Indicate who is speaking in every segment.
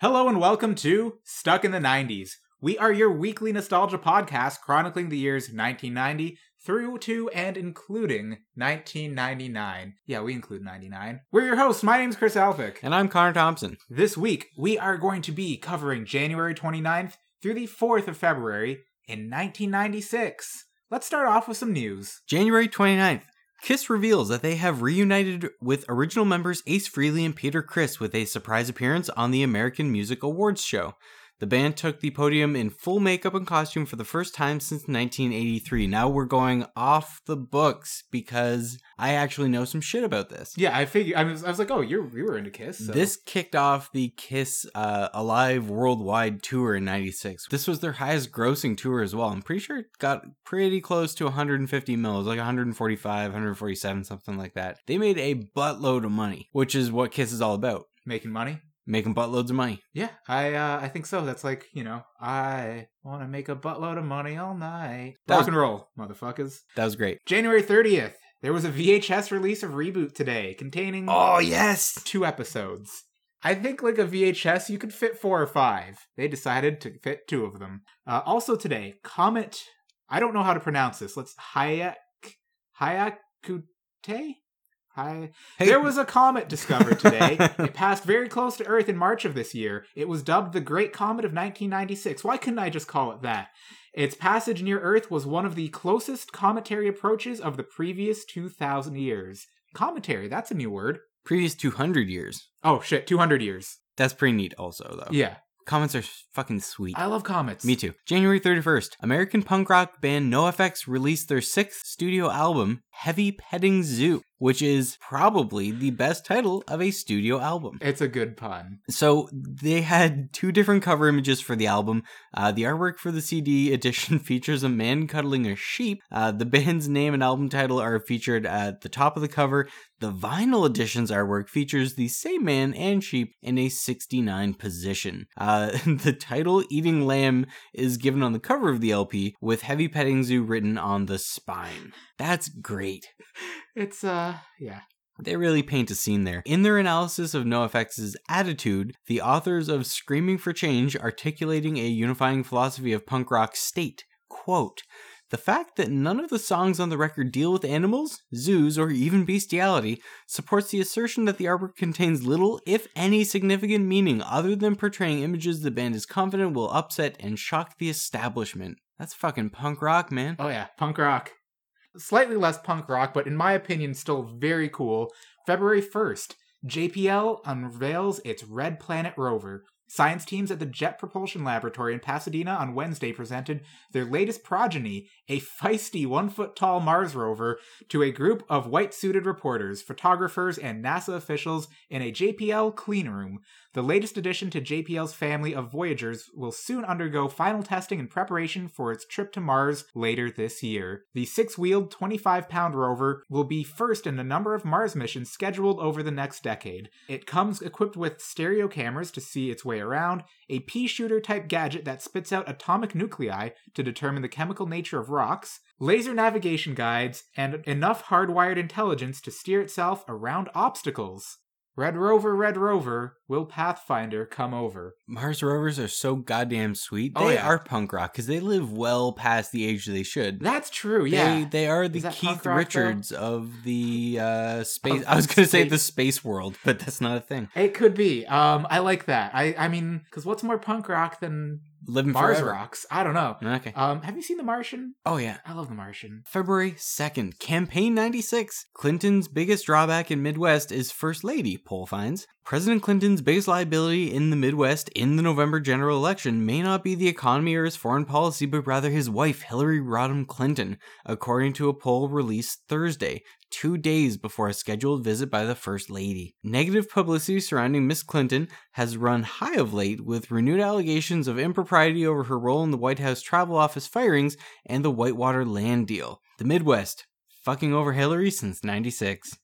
Speaker 1: Hello and welcome to Stuck in the 90s. We are your weekly nostalgia podcast chronicling the years 1990 through to and including 1999. Yeah, we include 99. We're your hosts. My name's Chris Alphick.
Speaker 2: And I'm Connor Thompson.
Speaker 1: This week, we are going to be covering January 29th through the 4th of February in 1996. Let's start off with some news.
Speaker 2: January 29th, Kiss reveals that they have reunited with original members Ace Frehley and Peter Criss with a surprise appearance on the American Music Awards show. The band took the podium in full makeup and costume for the first time since 1983. Now we're going off the books because I actually know some shit about this.
Speaker 1: Yeah, I figured. I was, I was like, oh, you're, you were into Kiss. so-
Speaker 2: This kicked off the Kiss uh, Alive worldwide tour in '96. This was their highest grossing tour as well. I'm pretty sure it got pretty close to 150 mil. It was like 145, 147, something like that. They made a buttload of money, which is what Kiss is all about
Speaker 1: making money.
Speaker 2: making buttloads of money.
Speaker 1: Yeah, I uh, I think so. That's like you know, I want to make a buttload of money all night.
Speaker 2: That
Speaker 1: Rock
Speaker 2: was-
Speaker 1: and roll, motherfuckers.
Speaker 2: That was great.
Speaker 1: January thirtieth, there was a VHS release of Reboot today, containing
Speaker 2: Oh, yes.
Speaker 1: two episodes. I think like a VHS, you could fit four or five. They decided to fit two of them. Uh, also today, Comet. I don't know how to pronounce this. Let's Hayak Hayakute. Hay.
Speaker 2: Hey,
Speaker 1: There was a comet discovered today. it passed very close to Earth in March of this year. It was dubbed the Great Comet of 1996. Why couldn't I just call it that? Its passage near Earth was one of the closest cometary approaches of the previous 2,000 years. Cometary, that's a new word.
Speaker 2: previous 200 years.
Speaker 1: Oh shit, 200 years.
Speaker 2: That's pretty neat, also, though.
Speaker 1: Yeah,
Speaker 2: Comments are fucking sweet.
Speaker 1: I love comets.
Speaker 2: Oh. Me too. January 31st, American punk rock band NoFX released their sixth studio album, Heavy Petting Zoo, which is probably the best title of a studio album.
Speaker 1: It's a good pun.
Speaker 2: So they had two different cover images for the album. Uh, the artwork for the CD edition features a man cuddling a sheep. Uh, the band's name and album title are featured at the top of the cover. The vinyl edition's artwork features the same man and sheep in a 69 position. Uh, the title, Eating Lamb, is given on the cover of the LP with Heavy Petting Zoo written on the spine. That's great.
Speaker 1: It's uh yeah.
Speaker 2: They really paint a scene there. In their analysis of NoFX's attitude, the authors of Screaming for Change articulating a unifying philosophy of punk rock state, quote, the fact that none of the songs on the record deal with animals, zoos, or even bestiality supports the assertion that the artwork contains little, if any, significant meaning other than portraying images the band is confident will upset and shock the establishment. That's fucking punk rock, man.
Speaker 1: Oh yeah, punk rock. Slightly less punk rock, but in my opinion, still very cool. February 1st, JPL unveils its Red Planet rover. Science teams at the Jet Propulsion Laboratory in Pasadena on Wednesday presented their latest progeny, a feisty one foot tall Mars rover, to a group of white suited reporters, photographers, and NASA officials in a JPL clean room. The latest addition to JPL's family of Voyagers will soon undergo final testing in preparation for its trip to Mars later this year. The six wheeled, 25 pound rover will be first in a number of Mars missions scheduled over the next decade. It comes equipped with stereo cameras to see its way around, a pea shooter type gadget that spits out atomic nuclei to determine the chemical nature of rocks, laser navigation guides, and enough hardwired intelligence to steer itself around obstacles. Red Rover, Red Rover, will Pathfinder come over?
Speaker 2: Mars rovers are so goddamn sweet. They
Speaker 1: Oh, yeah.
Speaker 2: are punk rock because they live well past the age they should.
Speaker 1: That's true, oh, yeah.
Speaker 2: They, they are the
Speaker 1: Is that
Speaker 2: Keith
Speaker 1: punk rock,
Speaker 2: Richards of the uh, space.
Speaker 1: Of
Speaker 2: I was going to say
Speaker 1: space.
Speaker 2: the space world, but that's not a thing.
Speaker 1: it could be. Um, I like that. I, I mean, because what's more punk rock than
Speaker 2: Living
Speaker 1: Mars
Speaker 2: forever.
Speaker 1: rocks? I don't know.
Speaker 2: Okay.
Speaker 1: Um, have you seen The Martian?
Speaker 2: Oh yeah.
Speaker 1: I love The Martian.
Speaker 2: February 2nd, Campaign 96. Clinton's biggest drawback in Midwest is First Lady, poll finds. President Clinton's biggest liability in the Midwest in the November general election may not be the economy or his foreign policy, but rather his wife, Hillary Rodham Clinton, according to a poll released Thursday, two days before a scheduled visit by the First Lady. Negative publicity surrounding Miss Clinton has run high of late, with renewed allegations of impropriety over her role in the White House travel office firings and the Whitewater land deal. The Midwest, fucking over Hillary since 96.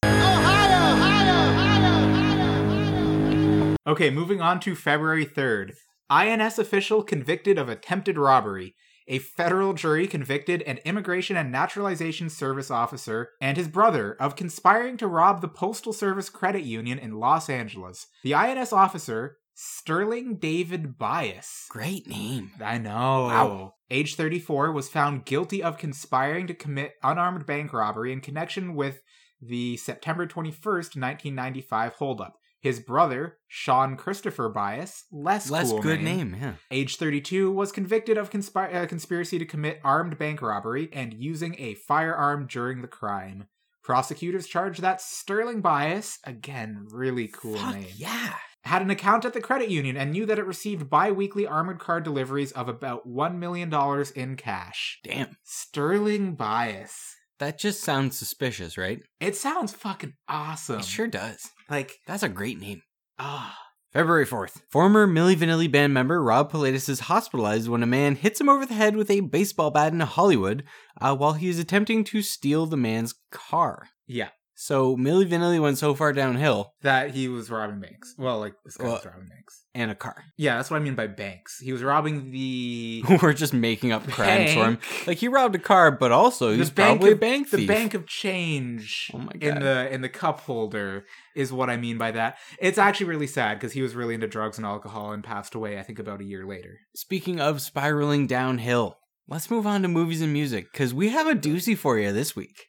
Speaker 1: Okay, moving on to February 3rd. INS official convicted of attempted robbery. A federal jury convicted an Immigration and Naturalization Service officer and his brother of conspiring to rob the Postal Service Credit Union in Los Angeles. The INS officer, Sterling David Bias.
Speaker 2: Great name.
Speaker 1: I know.
Speaker 2: Wow.
Speaker 1: Age 34 was found guilty of conspiring to commit unarmed bank robbery in connection with the September 21st, 1995 holdup. His brother, Sean Christopher Bias, less,
Speaker 2: Less
Speaker 1: cool
Speaker 2: good name, yeah.
Speaker 1: age 32, was convicted of conspir- uh, conspiracy to commit armed bank robbery and using a firearm during the crime. Prosecutors charged that Sterling Bias, again, really cool
Speaker 2: Fuck
Speaker 1: name,
Speaker 2: yeah.
Speaker 1: had an account at the credit union and knew that it received bi weekly armored car deliveries of about $1 million in cash.
Speaker 2: Damn.
Speaker 1: Sterling Bias.
Speaker 2: That just sounds suspicious, right?
Speaker 1: It sounds fucking awesome.
Speaker 2: It sure does.
Speaker 1: Like,
Speaker 2: That's a great name.
Speaker 1: ah.
Speaker 2: February 4th. Former Milli Vanilli band member Rob Pilatus is hospitalized when a man hits him over the head with a baseball bat in Hollywood uh, while he is attempting to steal the man's car.
Speaker 1: Yeah.
Speaker 2: So Milli Vanilli went so far downhill
Speaker 1: That he was robbing banks. Well, like, this guy was
Speaker 2: Well-
Speaker 1: robbing banks.
Speaker 2: and a car.
Speaker 1: Yeah, that's what I mean by banks. He was robbing the.
Speaker 2: We're just making up crimes for him.
Speaker 1: bank.
Speaker 2: Like he robbed a car, but also
Speaker 1: The
Speaker 2: he's
Speaker 1: bank
Speaker 2: probably
Speaker 1: of-
Speaker 2: a bank
Speaker 1: the
Speaker 2: thief.
Speaker 1: bank of change
Speaker 2: Oh my god.
Speaker 1: in the in the cup holder is what I mean by that. It's actually really sad because he was really into drugs and alcohol and passed away. I think about a year later.
Speaker 2: Speaking of spiraling downhill, let's move on to movies and music because we have a doozy for you this week.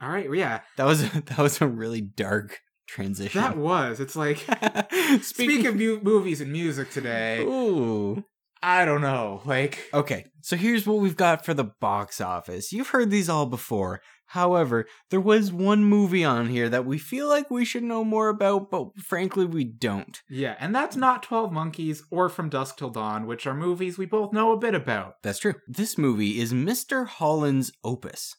Speaker 1: All right, yeah,
Speaker 2: That was that was a really dark transition.
Speaker 1: that was. It's like
Speaker 2: Speaking,
Speaker 1: speak of mu- movies and music today.
Speaker 2: Ooh.
Speaker 1: I don't know, like
Speaker 2: Okay, so here's what we've got for the box office. You've heard these all before. However, there was one movie on here that we feel like we should know more about, but frankly, we don't.
Speaker 1: yeah, and that's not Twelve Monkeys or From Dusk Till Dawn, which are movies we both know a bit about.
Speaker 2: That's true. This movie is Mr. Holland's Opus.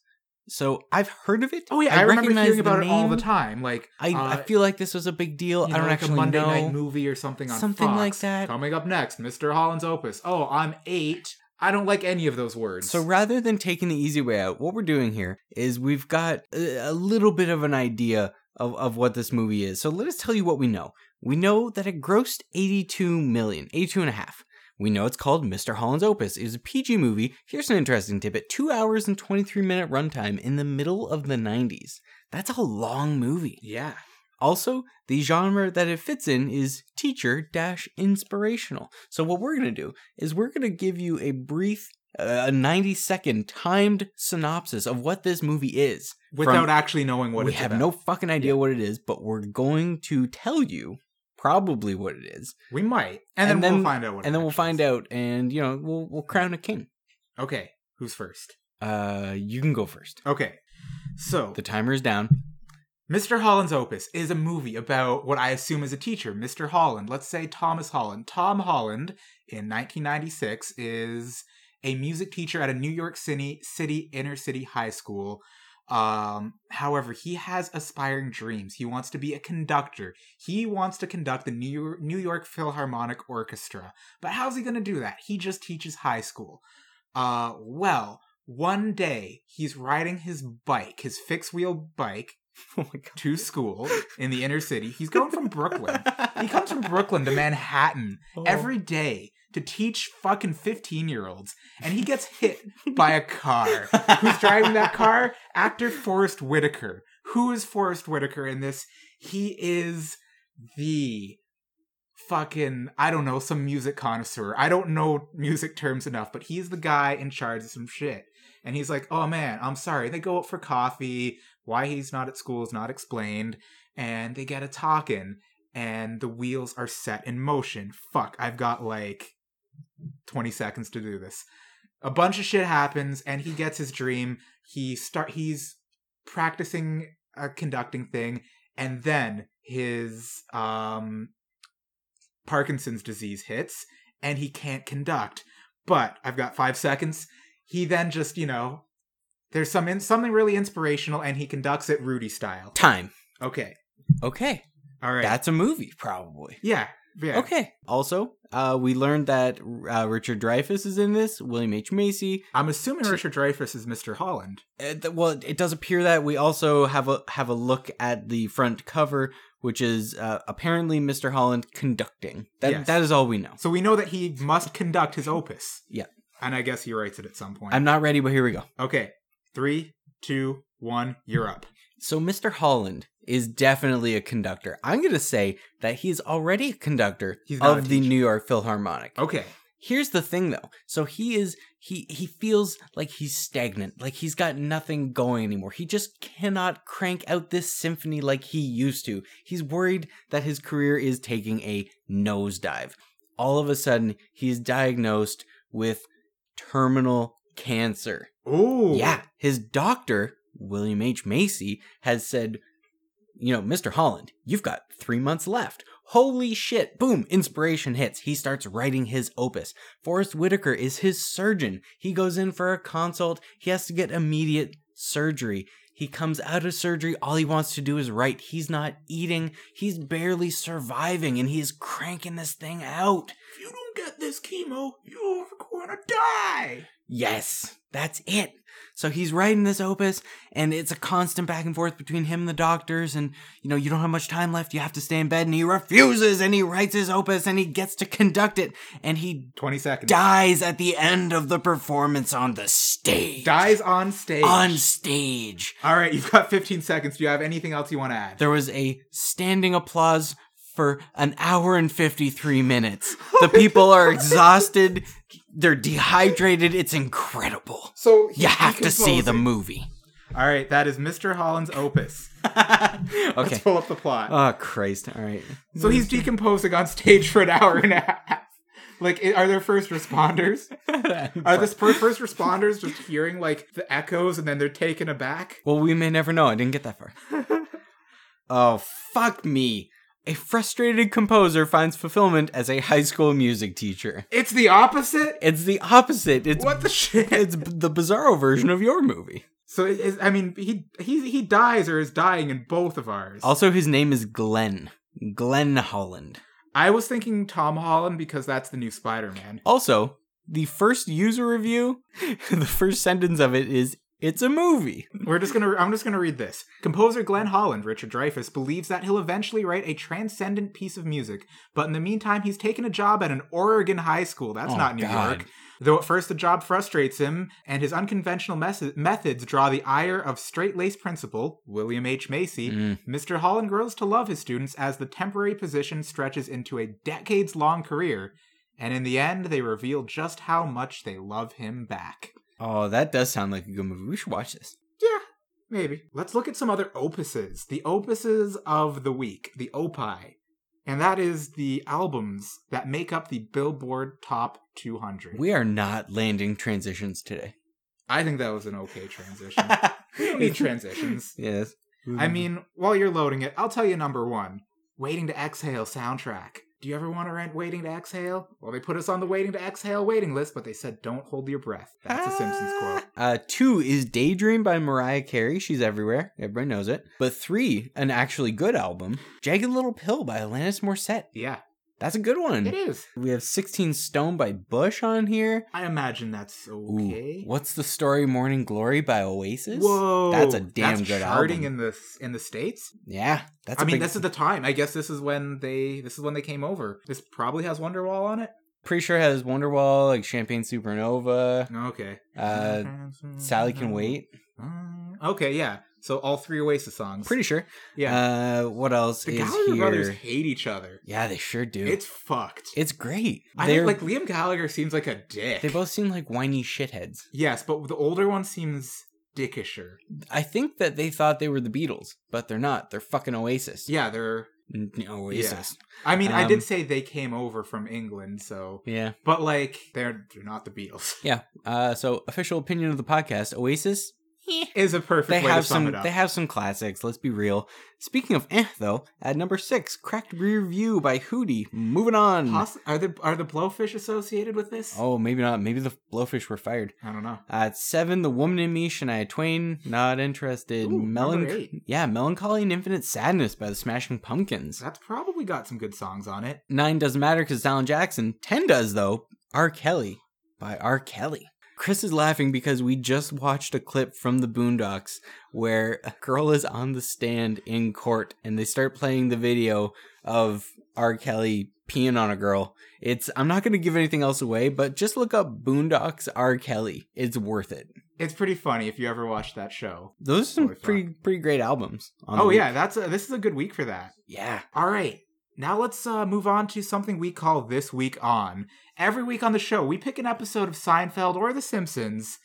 Speaker 2: So I've heard of it.
Speaker 1: Oh yeah, I, remember
Speaker 2: recognize
Speaker 1: hearing
Speaker 2: the
Speaker 1: about it all the
Speaker 2: name.
Speaker 1: time. Like
Speaker 2: I, I
Speaker 1: uh,
Speaker 2: feel like this was a big deal.
Speaker 1: you
Speaker 2: I don't
Speaker 1: know, like
Speaker 2: actually
Speaker 1: a Monday
Speaker 2: know.
Speaker 1: night movie or something on
Speaker 2: Something like
Speaker 1: Fox.
Speaker 2: that.
Speaker 1: Coming up next, Mr. Holland's Opus. Oh, I'm eight. I don't like any of those words.
Speaker 2: So rather than taking the easy way out, what we're doing here is we've got a, a little bit of an idea of, of what this movie is. So let us tell you what we know. We know that it grossed 82 million, 82 and a half. We know it's called Mr. Holland's Opus. It was a PG movie. Here's an interesting tidbit two hours and 23 minute runtime in the middle of the 90s. That's a long movie.
Speaker 1: yeah,
Speaker 2: Also, the genre that it fits in is teacher dash inspirational. So, what we're going to do is we're going to give you a brief, uh, a 90 second timed synopsis of what this movie is.
Speaker 1: without
Speaker 2: From-
Speaker 1: actually knowing what
Speaker 2: we
Speaker 1: it's
Speaker 2: have
Speaker 1: about.
Speaker 2: no fucking idea
Speaker 1: Yeah.
Speaker 2: what it is, but we're going to tell you probably what it is.
Speaker 1: we might, and,
Speaker 2: And
Speaker 1: then,
Speaker 2: then-
Speaker 1: we'll find out what.
Speaker 2: and
Speaker 1: it
Speaker 2: then we'll
Speaker 1: actually
Speaker 2: find out, and, you know, we'll, we'll crown a king.
Speaker 1: is. Okay, who's first?
Speaker 2: Uh, you can go first.
Speaker 1: Okay, so
Speaker 2: The timer is down.
Speaker 1: Mr. Holland's Opus is a movie about what I assume is a teacher, Mr. Holland. Let's say Thomas Holland. Tom Holland in 1996 is a music teacher at a New York City, city inner city high school. Um, however, he has aspiring dreams. He wants to be a conductor. He wants to conduct the New York, New York Philharmonic Orchestra. But how's he going to do that? He just teaches high school. Uh, well, one day he's riding his bike, his fixed wheel bike,
Speaker 2: Oh my God.
Speaker 1: to school in the inner city. He's going from Brooklyn. He comes from Brooklyn to Manhattan
Speaker 2: Oh.
Speaker 1: every day to teach fucking 15 year olds, and he gets hit by a car. Who's driving that car? Actor Forrest Whitaker. Who is Forrest Whitaker in this? He is the fucking, I don't know, some music connoisseur. I don't know music terms enough, but he's the guy in charge of some shit. And he's like, oh man, I'm sorry. They go out for coffee. Why he's not at school is not explained. And they get a talking, and the wheels are set in motion. Fuck, I've got like 20 seconds to do this. A bunch of shit happens, and he gets his dream. He start. He's practicing a conducting thing, and then his um, Parkinson's disease hits, and he can't conduct. But I've got five seconds. He then just, you know, there's some in, something really inspirational, and he conducts it Rudy style.
Speaker 2: Time.
Speaker 1: Okay,
Speaker 2: Okay.
Speaker 1: all right,
Speaker 2: That's a movie, probably.
Speaker 1: yeah, yeah.
Speaker 2: Okay. Also, uh, we learned that uh, Richard Dreyfuss is in this. William H Macy.
Speaker 1: I'm assuming Richard Dreyfuss is Mr. Holland.
Speaker 2: Uh, th- well, it does appear that we also have a have a look at the front cover, which is uh, apparently Mr. Holland conducting. That
Speaker 1: Yes.
Speaker 2: that is all we know.
Speaker 1: So we know that he must conduct his opus.
Speaker 2: Yeah.
Speaker 1: And I guess he writes it at some point.
Speaker 2: I'm not ready, but here we go.
Speaker 1: okay. Three, two, one, you're up.
Speaker 2: So Mr. Holland is definitely a conductor. I'm going to say that he's already a conductor
Speaker 1: He's not a
Speaker 2: of the
Speaker 1: teacher.
Speaker 2: New York Philharmonic.
Speaker 1: Okay.
Speaker 2: Here's the thing though. So he is he he feels like he's stagnant, like he's got nothing going anymore. He just cannot crank out this symphony like he used to. He's worried that his career is taking a nosedive. All of a sudden, he's diagnosed with terminal cancer.
Speaker 1: Oh.
Speaker 2: Yeah, his doctor, William H. Macy, has said, you know, Mr. Holland, you've got three months left. Holy shit. Boom. Inspiration hits. He starts writing his opus. Forrest Whitaker is his surgeon. He goes in for a consult. He has to get immediate surgery. He comes out of surgery. All he wants to do is write. He's not eating. He's barely surviving and he is cranking this thing out.
Speaker 1: If you don't get this chemo, you're gonna die.
Speaker 2: Yes, that's it. So he's writing this opus, and it's a constant back and forth between him and the doctors. And you know, you don't have much time left, you have to stay in bed. And he refuses, and he writes his opus, and he gets to conduct it, and he
Speaker 1: 20 seconds.
Speaker 2: dies at the end of the performance on the stage.
Speaker 1: Dies on stage.
Speaker 2: on stage.
Speaker 1: All right, you've got 15 seconds. Do you have anything else you want to add?
Speaker 2: There was a standing applause for an hour and 53 minutes. The people are exhausted, they're dehydrated. It's incredible.
Speaker 1: So
Speaker 2: You have to see the movie.
Speaker 1: All right, that is Mr. Holland's opus. Let's
Speaker 2: okay.
Speaker 1: pull up the plot.
Speaker 2: Oh Christ! All right.
Speaker 1: so he's decomposing on stage for an hour and a half. Like, i- are there first responders? Are the sp- first responders just hearing like the echoes and then they're taken aback?
Speaker 2: well, we may never know. I didn't get that far. oh fuck me! A frustrated composer finds fulfillment as a high school music teacher.
Speaker 1: It's the opposite.
Speaker 2: It's the opposite. It's
Speaker 1: What the shit?
Speaker 2: it's b- the bizarro version of your movie.
Speaker 1: So it is, I mean, he he he dies or is dying in both of ours.
Speaker 2: Also, his name is Glenn. Glenn Holland.
Speaker 1: I was thinking Tom Holland because that's the new Spider-Man.
Speaker 2: Also, the first user review, the first sentence of it is, "It's a movie."
Speaker 1: We're just gonna. I'm just gonna read this. Composer Glenn Holland, Richard Dreyfuss, believes that he'll eventually write a transcendent piece of music, but in the meantime, he's taken a job at an Oregon high school. That's
Speaker 2: Oh,
Speaker 1: not New
Speaker 2: God.
Speaker 1: York. Though at first the job frustrates him, and his unconventional mes- methods draw the ire of straight-laced principal William H. Macy.
Speaker 2: Mm.
Speaker 1: Mr. Holland grows to love his students as the temporary position stretches into a decades-long career, and in the end, they reveal just how much they love him back.
Speaker 2: Oh, that does sound like a good movie. We should watch this.
Speaker 1: Yeah, maybe. Let's look at some other opuses. The opuses of the week, the opi. And that is the albums that make up the Billboard Top 200.
Speaker 2: We are not landing transitions today.
Speaker 1: I think that was an okay transition. we don't need transitions.
Speaker 2: yes.
Speaker 1: I mean, while you're loading it, I'll tell you number one Waiting to Exhale soundtrack. Do you ever want to rent Waiting to Exhale? Well, they put us on the Waiting to Exhale waiting list, but they said don't hold your breath. That's a Simpsons quote.
Speaker 2: Uh, two is Daydream by Mariah Carey. She's everywhere. Everybody knows it. But three, an actually good album, Jagged Little Pill by Alanis Morissette.
Speaker 1: Yeah,
Speaker 2: That's a good
Speaker 1: it
Speaker 2: one.
Speaker 1: is.
Speaker 2: We have 16 Stone by Bush on here.
Speaker 1: I imagine that's
Speaker 2: Ooh,
Speaker 1: okay.
Speaker 2: What's the Story Morning Glory by Oasis?
Speaker 1: Whoa,
Speaker 2: That's a damn good
Speaker 1: charting
Speaker 2: album.
Speaker 1: in the in the states.
Speaker 2: Yeah. That's
Speaker 1: I
Speaker 2: a
Speaker 1: mean,
Speaker 2: big-
Speaker 1: this is the time. I guess this is when they this is when they came over. This probably has Wonderwall on it.
Speaker 2: pretty sure it has Wonderwall, like Champagne Supernova,
Speaker 1: Okay.
Speaker 2: uh, Sally Can Wait.
Speaker 1: Mm, Okay, yeah. So all three Oasis songs.
Speaker 2: Pretty sure.
Speaker 1: yeah.
Speaker 2: Uh, what else
Speaker 1: the
Speaker 2: is
Speaker 1: Gallagher
Speaker 2: here?
Speaker 1: brothers hate each other.
Speaker 2: Yeah, they sure do.
Speaker 1: It's fucked.
Speaker 2: It's great.
Speaker 1: I
Speaker 2: They're,
Speaker 1: think like Liam Gallagher seems like a dick.
Speaker 2: they both seem like whiny shitheads.
Speaker 1: yes, but the older one seems dickisher.
Speaker 2: I think that they thought they were the Beatles, but they're not. They're fucking Oasis.
Speaker 1: Yeah, they're.
Speaker 2: N- Oasis.
Speaker 1: I mean, I
Speaker 2: Um,
Speaker 1: did say they came over from England, so
Speaker 2: Yeah.
Speaker 1: but like they're they're not the Beatles.
Speaker 2: Uh, so official opinion of the podcast: Oasis. eh.
Speaker 1: is a perfect
Speaker 2: They
Speaker 1: way
Speaker 2: have
Speaker 1: to sum
Speaker 2: some.
Speaker 1: it up.
Speaker 2: They have some classics. Let's be real. Speaking of eh, though, at number six, cracked rear view by Hootie. Moving on.
Speaker 1: Poss- are the are the blowfish associated with this?
Speaker 2: oh, maybe not. Maybe the blowfish were fired.
Speaker 1: I don't know.
Speaker 2: At seven, The Woman in Me, Shania Twain, not interested.
Speaker 1: Ooh,
Speaker 2: Melan-
Speaker 1: number eight.
Speaker 2: yeah, Melancholy and Infinite Sadness by the Smashing Pumpkins.
Speaker 1: That's probably got some good songs on it.
Speaker 2: Nine doesn't matter because Alan Jackson. Ten does though. R. Kelly by R. Kelly. Chris is laughing because we just watched a clip from the Boondocks where a girl is on the stand in court and they start playing the video of R. Kelly peeing on a girl. It's I'm not going to give anything else away, but just look up Boondocks R. Kelly. It's worth it.
Speaker 1: It's pretty funny if you ever watched that show.
Speaker 2: Those are some
Speaker 1: Holy fuck.
Speaker 2: pretty pretty great albums. on the
Speaker 1: Oh
Speaker 2: week.
Speaker 1: yeah, that's a, this is a good week for that.
Speaker 2: yeah.
Speaker 1: All right. Now let's uh, move on to something we call This Week On. Every week on the show, we pick an episode of Seinfeld or The Simpsons.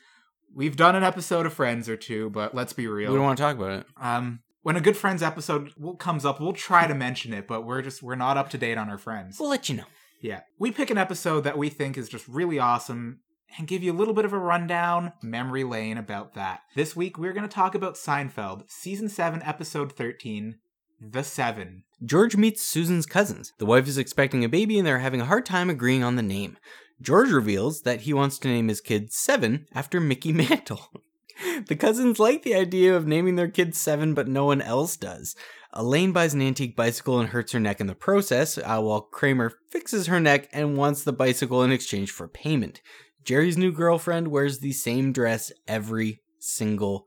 Speaker 1: We've done an episode of Friends or two, but let's be
Speaker 2: We
Speaker 1: real.
Speaker 2: don't want to talk about it.
Speaker 1: um, when a good Friends episode will, comes up, we'll try to mention it, but we're just we're not up to date on our Friends.
Speaker 2: We'll let you know.
Speaker 1: Yeah. We pick an episode that we think is just really awesome and give you a little bit of a rundown, memory lane about that. This week, we're going to talk about Seinfeld, Season 7, Episode 13, The Seven.
Speaker 2: George meets Susan's cousins. The wife is expecting a baby and they're having a hard time agreeing on the name. George reveals that he wants to name his kid Seven after Mickey Mantle. the cousins like the idea of naming their kid Seven, but no one else does. Elaine buys an antique bicycle and hurts her neck in the process, uh, while Kramer fixes her neck and wants the bicycle in exchange for payment. Jerry's new girlfriend wears the same dress every single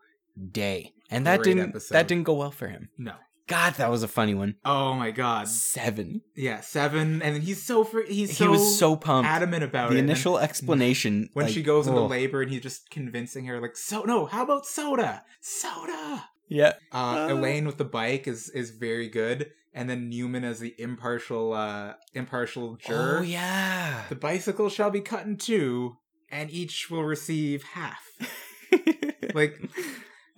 Speaker 2: day. And that
Speaker 1: Great
Speaker 2: didn't
Speaker 1: episode.
Speaker 2: that didn't go well for him.
Speaker 1: No.
Speaker 2: God, that was a funny one.
Speaker 1: Oh my god.
Speaker 2: Seven.
Speaker 1: Yeah, seven, and he's so fr- he's so
Speaker 2: he was so pumped.
Speaker 1: adamant about
Speaker 2: the
Speaker 1: it. and
Speaker 2: initial explanation
Speaker 1: when
Speaker 2: like,
Speaker 1: she goes into
Speaker 2: oh,
Speaker 1: labor, and he's just convincing her like, so no, how about soda, soda.
Speaker 2: Yeah,
Speaker 1: Uh,
Speaker 2: Uh.
Speaker 1: Elaine with the bike is is very good, and then Newman as the impartial uh impartial juror.
Speaker 2: oh yeah.
Speaker 1: The bicycle shall be cut in two, and each will receive half. Like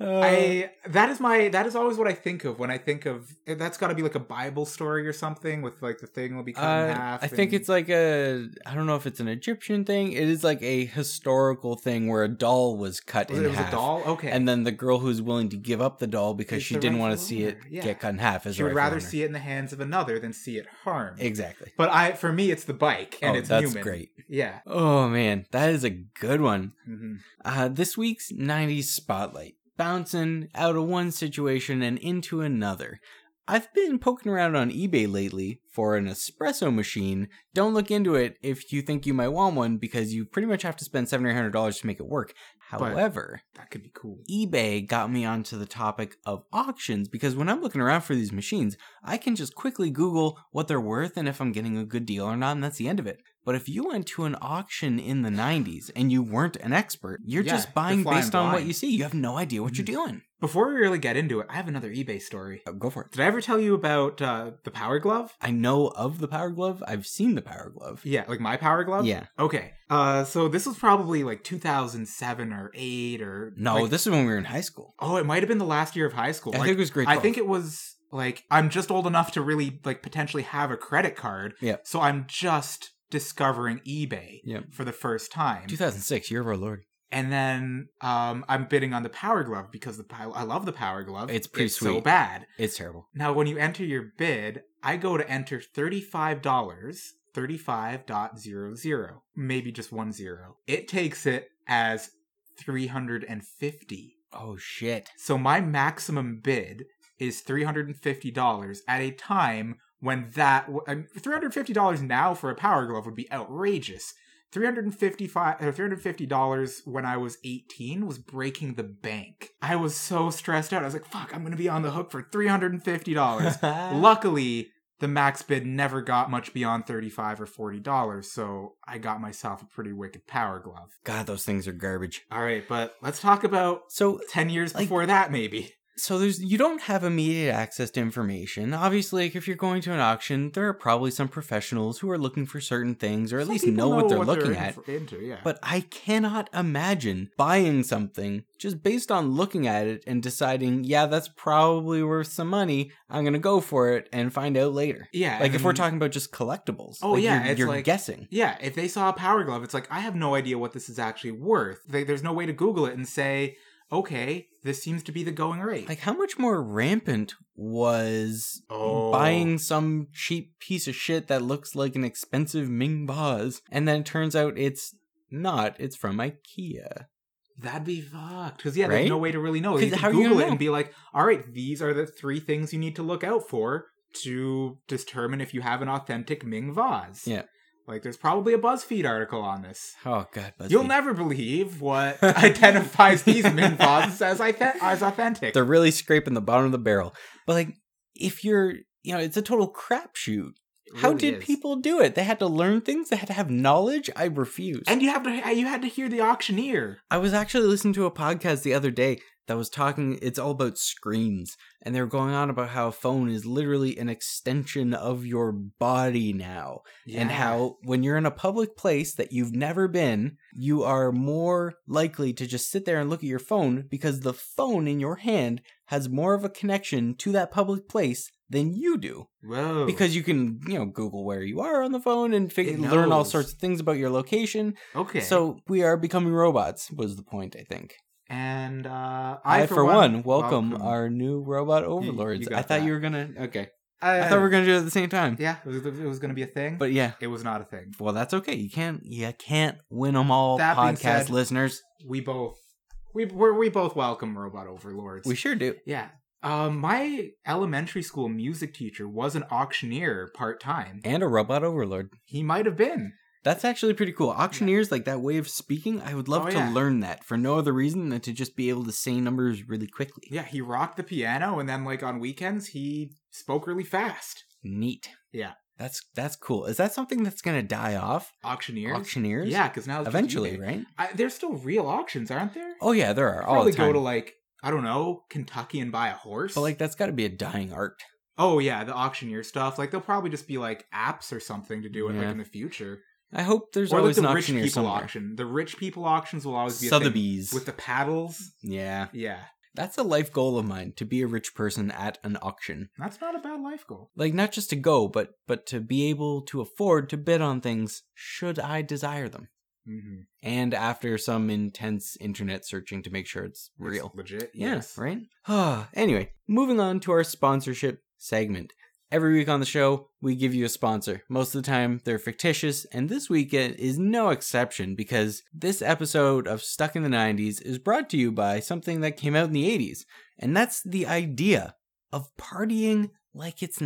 Speaker 2: Uh,
Speaker 1: I that is my that is always what I think of when I think of that's got to be like a Bible story or something with like the thing will be cut in
Speaker 2: uh,
Speaker 1: half.
Speaker 2: I think
Speaker 1: and-
Speaker 2: it's like a I don't know if it's an Egyptian thing. It is like a historical thing where a doll was cut
Speaker 1: Was
Speaker 2: in
Speaker 1: it, was
Speaker 2: half.
Speaker 1: a doll? Okay.
Speaker 2: And then the girl who's willing to give up the doll because
Speaker 1: Is
Speaker 2: she
Speaker 1: the
Speaker 2: didn't want to
Speaker 1: rightful
Speaker 2: see it
Speaker 1: owner, yeah.
Speaker 2: get cut in half is
Speaker 1: she
Speaker 2: the
Speaker 1: would
Speaker 2: rightful
Speaker 1: rather
Speaker 2: owner.
Speaker 1: see it in the hands of another than see it harmed.
Speaker 2: Exactly.
Speaker 1: But I, for me, it's the bike, and
Speaker 2: oh,
Speaker 1: it's
Speaker 2: that's
Speaker 1: Newman.
Speaker 2: great.
Speaker 1: Yeah.
Speaker 2: Oh man, that is a good one.
Speaker 1: hmm
Speaker 2: Uh, this week's 90s spotlight, bouncing out of one situation and into another. I've been poking around on eBay lately for an espresso machine. Don't look into it if you think you might want one because you pretty much have to spend seven or eight hundred dollars to make it work.
Speaker 1: But-
Speaker 2: However,
Speaker 1: That could be cool.
Speaker 2: eBay got me onto the topic of auctions because when I'm looking around for these machines, I can just quickly Google what they're worth and if I'm getting a good deal or not, and that's the end of it. But if you went to an auction in the 90s and you weren't an expert, you're
Speaker 1: Yeah,
Speaker 2: just
Speaker 1: you're
Speaker 2: buying
Speaker 1: flying
Speaker 2: based on what
Speaker 1: blind. Mm-hmm.
Speaker 2: you see. You have no idea what you're doing.
Speaker 1: Before we really get into it, I have another eBay story.
Speaker 2: Uh, go for it.
Speaker 1: Did I ever tell you about uh, the Power Glove?
Speaker 2: I know of the Power Glove. I've seen the Power Glove.
Speaker 1: Yeah, like my Power Glove.
Speaker 2: Yeah.
Speaker 1: Okay. Uh, so this was probably like 2007 or eight or
Speaker 2: No,
Speaker 1: like-
Speaker 2: this is when we were in high school.
Speaker 1: oh, it might have been the last year of high school.
Speaker 2: I
Speaker 1: Like,
Speaker 2: think it was great.
Speaker 1: I think it was like I'm just old enough to really like potentially have a credit card.
Speaker 2: Yeah.
Speaker 1: So I'm just discovering eBay
Speaker 2: Yeah.
Speaker 1: for the first time.
Speaker 2: 2006, Year of Our Lord.
Speaker 1: And then um I'm bidding on the Power Glove because the pow- I love the Power Glove.
Speaker 2: It's pretty
Speaker 1: So
Speaker 2: sweet.
Speaker 1: bad.
Speaker 2: It's terrible.
Speaker 1: Now when you enter your bid, I go to enter $35, 35.00, maybe just one zero. It takes it as 350.
Speaker 2: Oh, shit.
Speaker 1: So my maximum bid is three hundred and fifty dollars at a time when that um, three hundred fifty dollars now for a power glove would be outrageous. Three hundred and fifty-five or three hundred fifty dollars when I was eighteen was breaking the bank. I was so stressed out. I was like, "Fuck, I'm gonna be on the hook for three hundred and fifty dollars." Luckily, the max bid never got much beyond thirty-five or forty dollars, so I got myself a pretty wicked power glove.
Speaker 2: God, those things are garbage.
Speaker 1: All right, but let's talk about
Speaker 2: So
Speaker 1: ten years
Speaker 2: Like-
Speaker 1: before that, maybe.
Speaker 2: so there's you don't have immediate access to information obviously like if you're going to an auction there are probably some professionals who are looking for certain things or at
Speaker 1: Some
Speaker 2: least know
Speaker 1: people
Speaker 2: what they're looking
Speaker 1: in-
Speaker 2: at
Speaker 1: into, yeah.
Speaker 2: but i cannot imagine buying something just based on looking at it and deciding yeah that's probably worth some money i'm gonna go for it and find out later
Speaker 1: yeah,
Speaker 2: like
Speaker 1: and
Speaker 2: if we're
Speaker 1: then-
Speaker 2: talking about just collectibles
Speaker 1: Oh,
Speaker 2: like,
Speaker 1: yeah,
Speaker 2: you're,
Speaker 1: it's
Speaker 2: you're
Speaker 1: like-
Speaker 2: guessing
Speaker 1: yeah, if they saw a power glove, it's like I have no idea what this is actually worth. They, there's no way to Google it and say, okay, this seems to be the going rate.
Speaker 2: like how much more rampant was
Speaker 1: Oh.
Speaker 2: buying some cheap piece of shit that looks like an expensive Ming vase, and then it turns out it's not. It's from IKEA.
Speaker 1: that'd be fucked. Because yeah, there's
Speaker 2: Right?
Speaker 1: no way to really know.
Speaker 2: 'Cause
Speaker 1: You could
Speaker 2: how are you
Speaker 1: Google
Speaker 2: gonna
Speaker 1: it
Speaker 2: know?
Speaker 1: and be like, all right, these are the three things you need to look out for to determine if you have an authentic Ming vase.
Speaker 2: Yeah.
Speaker 1: like there's probably a BuzzFeed article on this.
Speaker 2: Oh god, BuzzFeed.
Speaker 1: You'll never believe what identifies these Ming vases as, ithe- as authentic.
Speaker 2: They're really scraping the bottom of the barrel. But like, if you're, you know, it's a total crapshoot
Speaker 1: It
Speaker 2: How
Speaker 1: really
Speaker 2: did
Speaker 1: is.
Speaker 2: people do it? They had to learn things. They had to have knowledge. I refuse.
Speaker 1: And you have to uh, you had to hear the auctioneer.
Speaker 2: I was actually listening to a podcast the other day that was talking, it's all about screens. And they were going on about how a phone is literally an extension of your body now. And
Speaker 1: Yeah.
Speaker 2: how when you're in a public place that you've never been, you are more likely to just sit there and look at your phone because the phone in your hand has more of a connection to that public place than you do
Speaker 1: whoa
Speaker 2: because you can you know google where you are on the phone and figure,
Speaker 1: Oh. It
Speaker 2: learn all
Speaker 1: knows.
Speaker 2: sorts of things about your location
Speaker 1: okay
Speaker 2: so we are becoming robots was the point I think.
Speaker 1: and uh,
Speaker 2: I, for one, welcome, our new robot overlords.
Speaker 1: got
Speaker 2: I thought
Speaker 1: that.
Speaker 2: you were gonna okay.
Speaker 1: I,
Speaker 2: I thought we were gonna do it at the same time.
Speaker 1: Uh, yeah, it was, it was going to be a thing,
Speaker 2: But yeah,
Speaker 1: it was not a thing.
Speaker 2: well that's okay. You can't you can't win them all,
Speaker 1: That being
Speaker 2: podcast
Speaker 1: said-
Speaker 2: listeners.
Speaker 1: We both we we're, we both welcome robot overlords.
Speaker 2: We sure do.
Speaker 1: yeah. Um, my elementary school music teacher was an auctioneer part time.
Speaker 2: And a robot overlord.
Speaker 1: He might have been.
Speaker 2: That's actually pretty cool. Auctioneers like that way of speaking. I would love
Speaker 1: Oh,
Speaker 2: to
Speaker 1: yeah.
Speaker 2: learn that for no other reason than to just be able to say numbers really quickly.
Speaker 1: Yeah, he rocked the piano, and then like on weekends, he spoke really fast.
Speaker 2: Neat.
Speaker 1: Yeah.
Speaker 2: That's that's cool. Is that something that's gonna die off?
Speaker 1: Auctioneers.
Speaker 2: Auctioneers?
Speaker 1: Yeah, because now it's just
Speaker 2: Eventually,
Speaker 1: eBay.
Speaker 2: right?
Speaker 1: I, there's still real auctions, aren't there?
Speaker 2: Oh yeah, there are. All the
Speaker 1: probably
Speaker 2: time.
Speaker 1: go to like I don't know Kentucky and buy a horse.
Speaker 2: But like that's got to be a dying art.
Speaker 1: oh yeah, the auctioneer stuff. Like they'll probably just be like apps or something to do it
Speaker 2: Yeah.
Speaker 1: like in the future.
Speaker 2: I hope there's
Speaker 1: or like
Speaker 2: always
Speaker 1: the
Speaker 2: an
Speaker 1: rich
Speaker 2: auctioneer
Speaker 1: people
Speaker 2: somewhere.
Speaker 1: auction. The rich people auctions will always be a thing.
Speaker 2: Sotheby's.
Speaker 1: with the paddles.
Speaker 2: yeah,
Speaker 1: Yeah,
Speaker 2: that's a life goal of mine to be a rich person at an auction.
Speaker 1: that's not a bad life goal.
Speaker 2: Like not just to go, but but to be able to afford to bid on things should I desire them.
Speaker 1: Mm-hmm.
Speaker 2: And after some intense internet searching to make sure it's real.
Speaker 1: legit. Yes,
Speaker 2: Yes, yeah, right? anyway, moving on to our sponsorship segment. Every week on the show, we give you a sponsor. Most of the time, they're fictitious, and this week it is no exception because this episode of Stuck in the 90s is brought to you by something that came out in the 80s, and that's the idea of partying like it's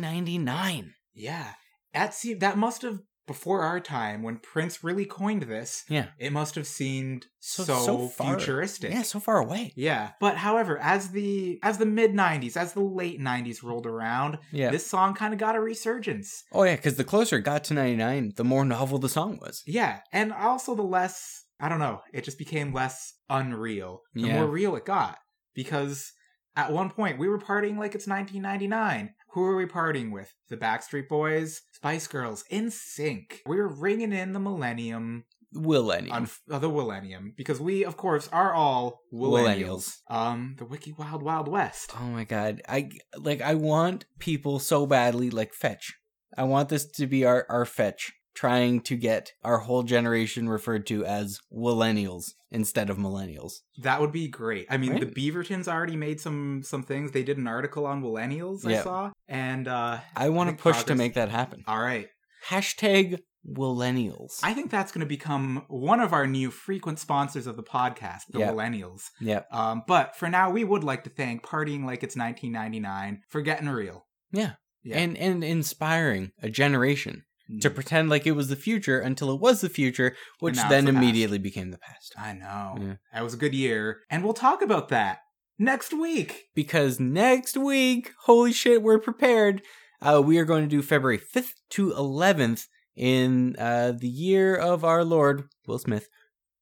Speaker 2: 1999.
Speaker 1: yeah. That se- that must have before our time when Prince really coined this.
Speaker 2: Yeah.
Speaker 1: it must have seemed
Speaker 2: So-
Speaker 1: so,
Speaker 2: so far.
Speaker 1: futuristic.
Speaker 2: Yeah, so far away.
Speaker 1: Yeah. But however, as the as the mid 90s, as the late 90s rolled around,
Speaker 2: Yeah.
Speaker 1: this song kind of got a resurgence.
Speaker 2: oh, yeah, because the closer it got to 99, the more novel the song was.
Speaker 1: Yeah, and also the less, I don't know, it just became less unreal. The
Speaker 2: Yeah.
Speaker 1: more real it got because at one point we were partying like it's 1999. Who were we partying with? The Backstreet Boys, Spice Girls, In Sync. We were ringing in the millennium,
Speaker 2: Will any?
Speaker 1: on uh, the millennium because we of course are all millennials.
Speaker 2: Millennials.
Speaker 1: Um the Wiki Wild Wild West.
Speaker 2: Oh my god. I like I want people so badly like fetch. I want this to be our our fetch trying to get our whole generation referred to as millennials instead of millennials.
Speaker 1: That would be great. I mean, the
Speaker 2: Right.
Speaker 1: Beavertons already made some some things. They did an article on millennials
Speaker 2: Yeah.
Speaker 1: I saw, and uh,
Speaker 2: I want to
Speaker 1: think
Speaker 2: push to
Speaker 1: progress-
Speaker 2: make that happen.
Speaker 1: all right,
Speaker 2: Hashtag millennials.
Speaker 1: I think that's going to become one of our new frequent sponsors of the podcast, the
Speaker 2: Yeah.
Speaker 1: millennials.
Speaker 2: yeah.
Speaker 1: Um, but for now, we would like to thank partying like it's 1999 for getting real.
Speaker 2: Yeah.
Speaker 1: yeah.
Speaker 2: And and inspiring a generation to
Speaker 1: Mm.
Speaker 2: pretend like it was the future until it was the future, which
Speaker 1: now it's
Speaker 2: then
Speaker 1: the past.
Speaker 2: immediately became the past.
Speaker 1: I know
Speaker 2: Yeah.
Speaker 1: that was a good year, and we'll talk about that next week.
Speaker 2: because next week, holy shit, we're prepared. Uh, we are going to do February 5th to 11th in uh, the year of our Lord, Will Smith,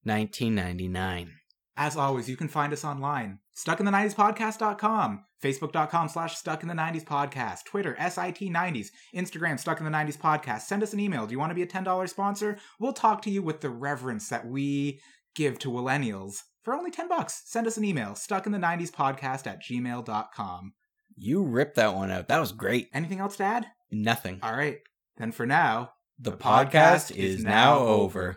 Speaker 2: 1999.
Speaker 1: As always, you can find us online, stuckinthe90spodcast.com, facebook.com slash stuckinthe90spodcast, Twitter, SIT90s, Instagram, stuckinthe90spodcast. Send us an email. Do you want to be a $10 sponsor? We'll talk to you with the reverence that we give to millennials. For only 10 bucks, send us an email, stuckinthe90spodcast at gmail.com.
Speaker 2: You ripped that one out. That was great.
Speaker 1: Anything else to add?
Speaker 2: Nothing.
Speaker 1: All right. Then for now,
Speaker 2: The
Speaker 1: the
Speaker 2: podcast
Speaker 1: podcast
Speaker 2: is
Speaker 1: is now
Speaker 2: now over.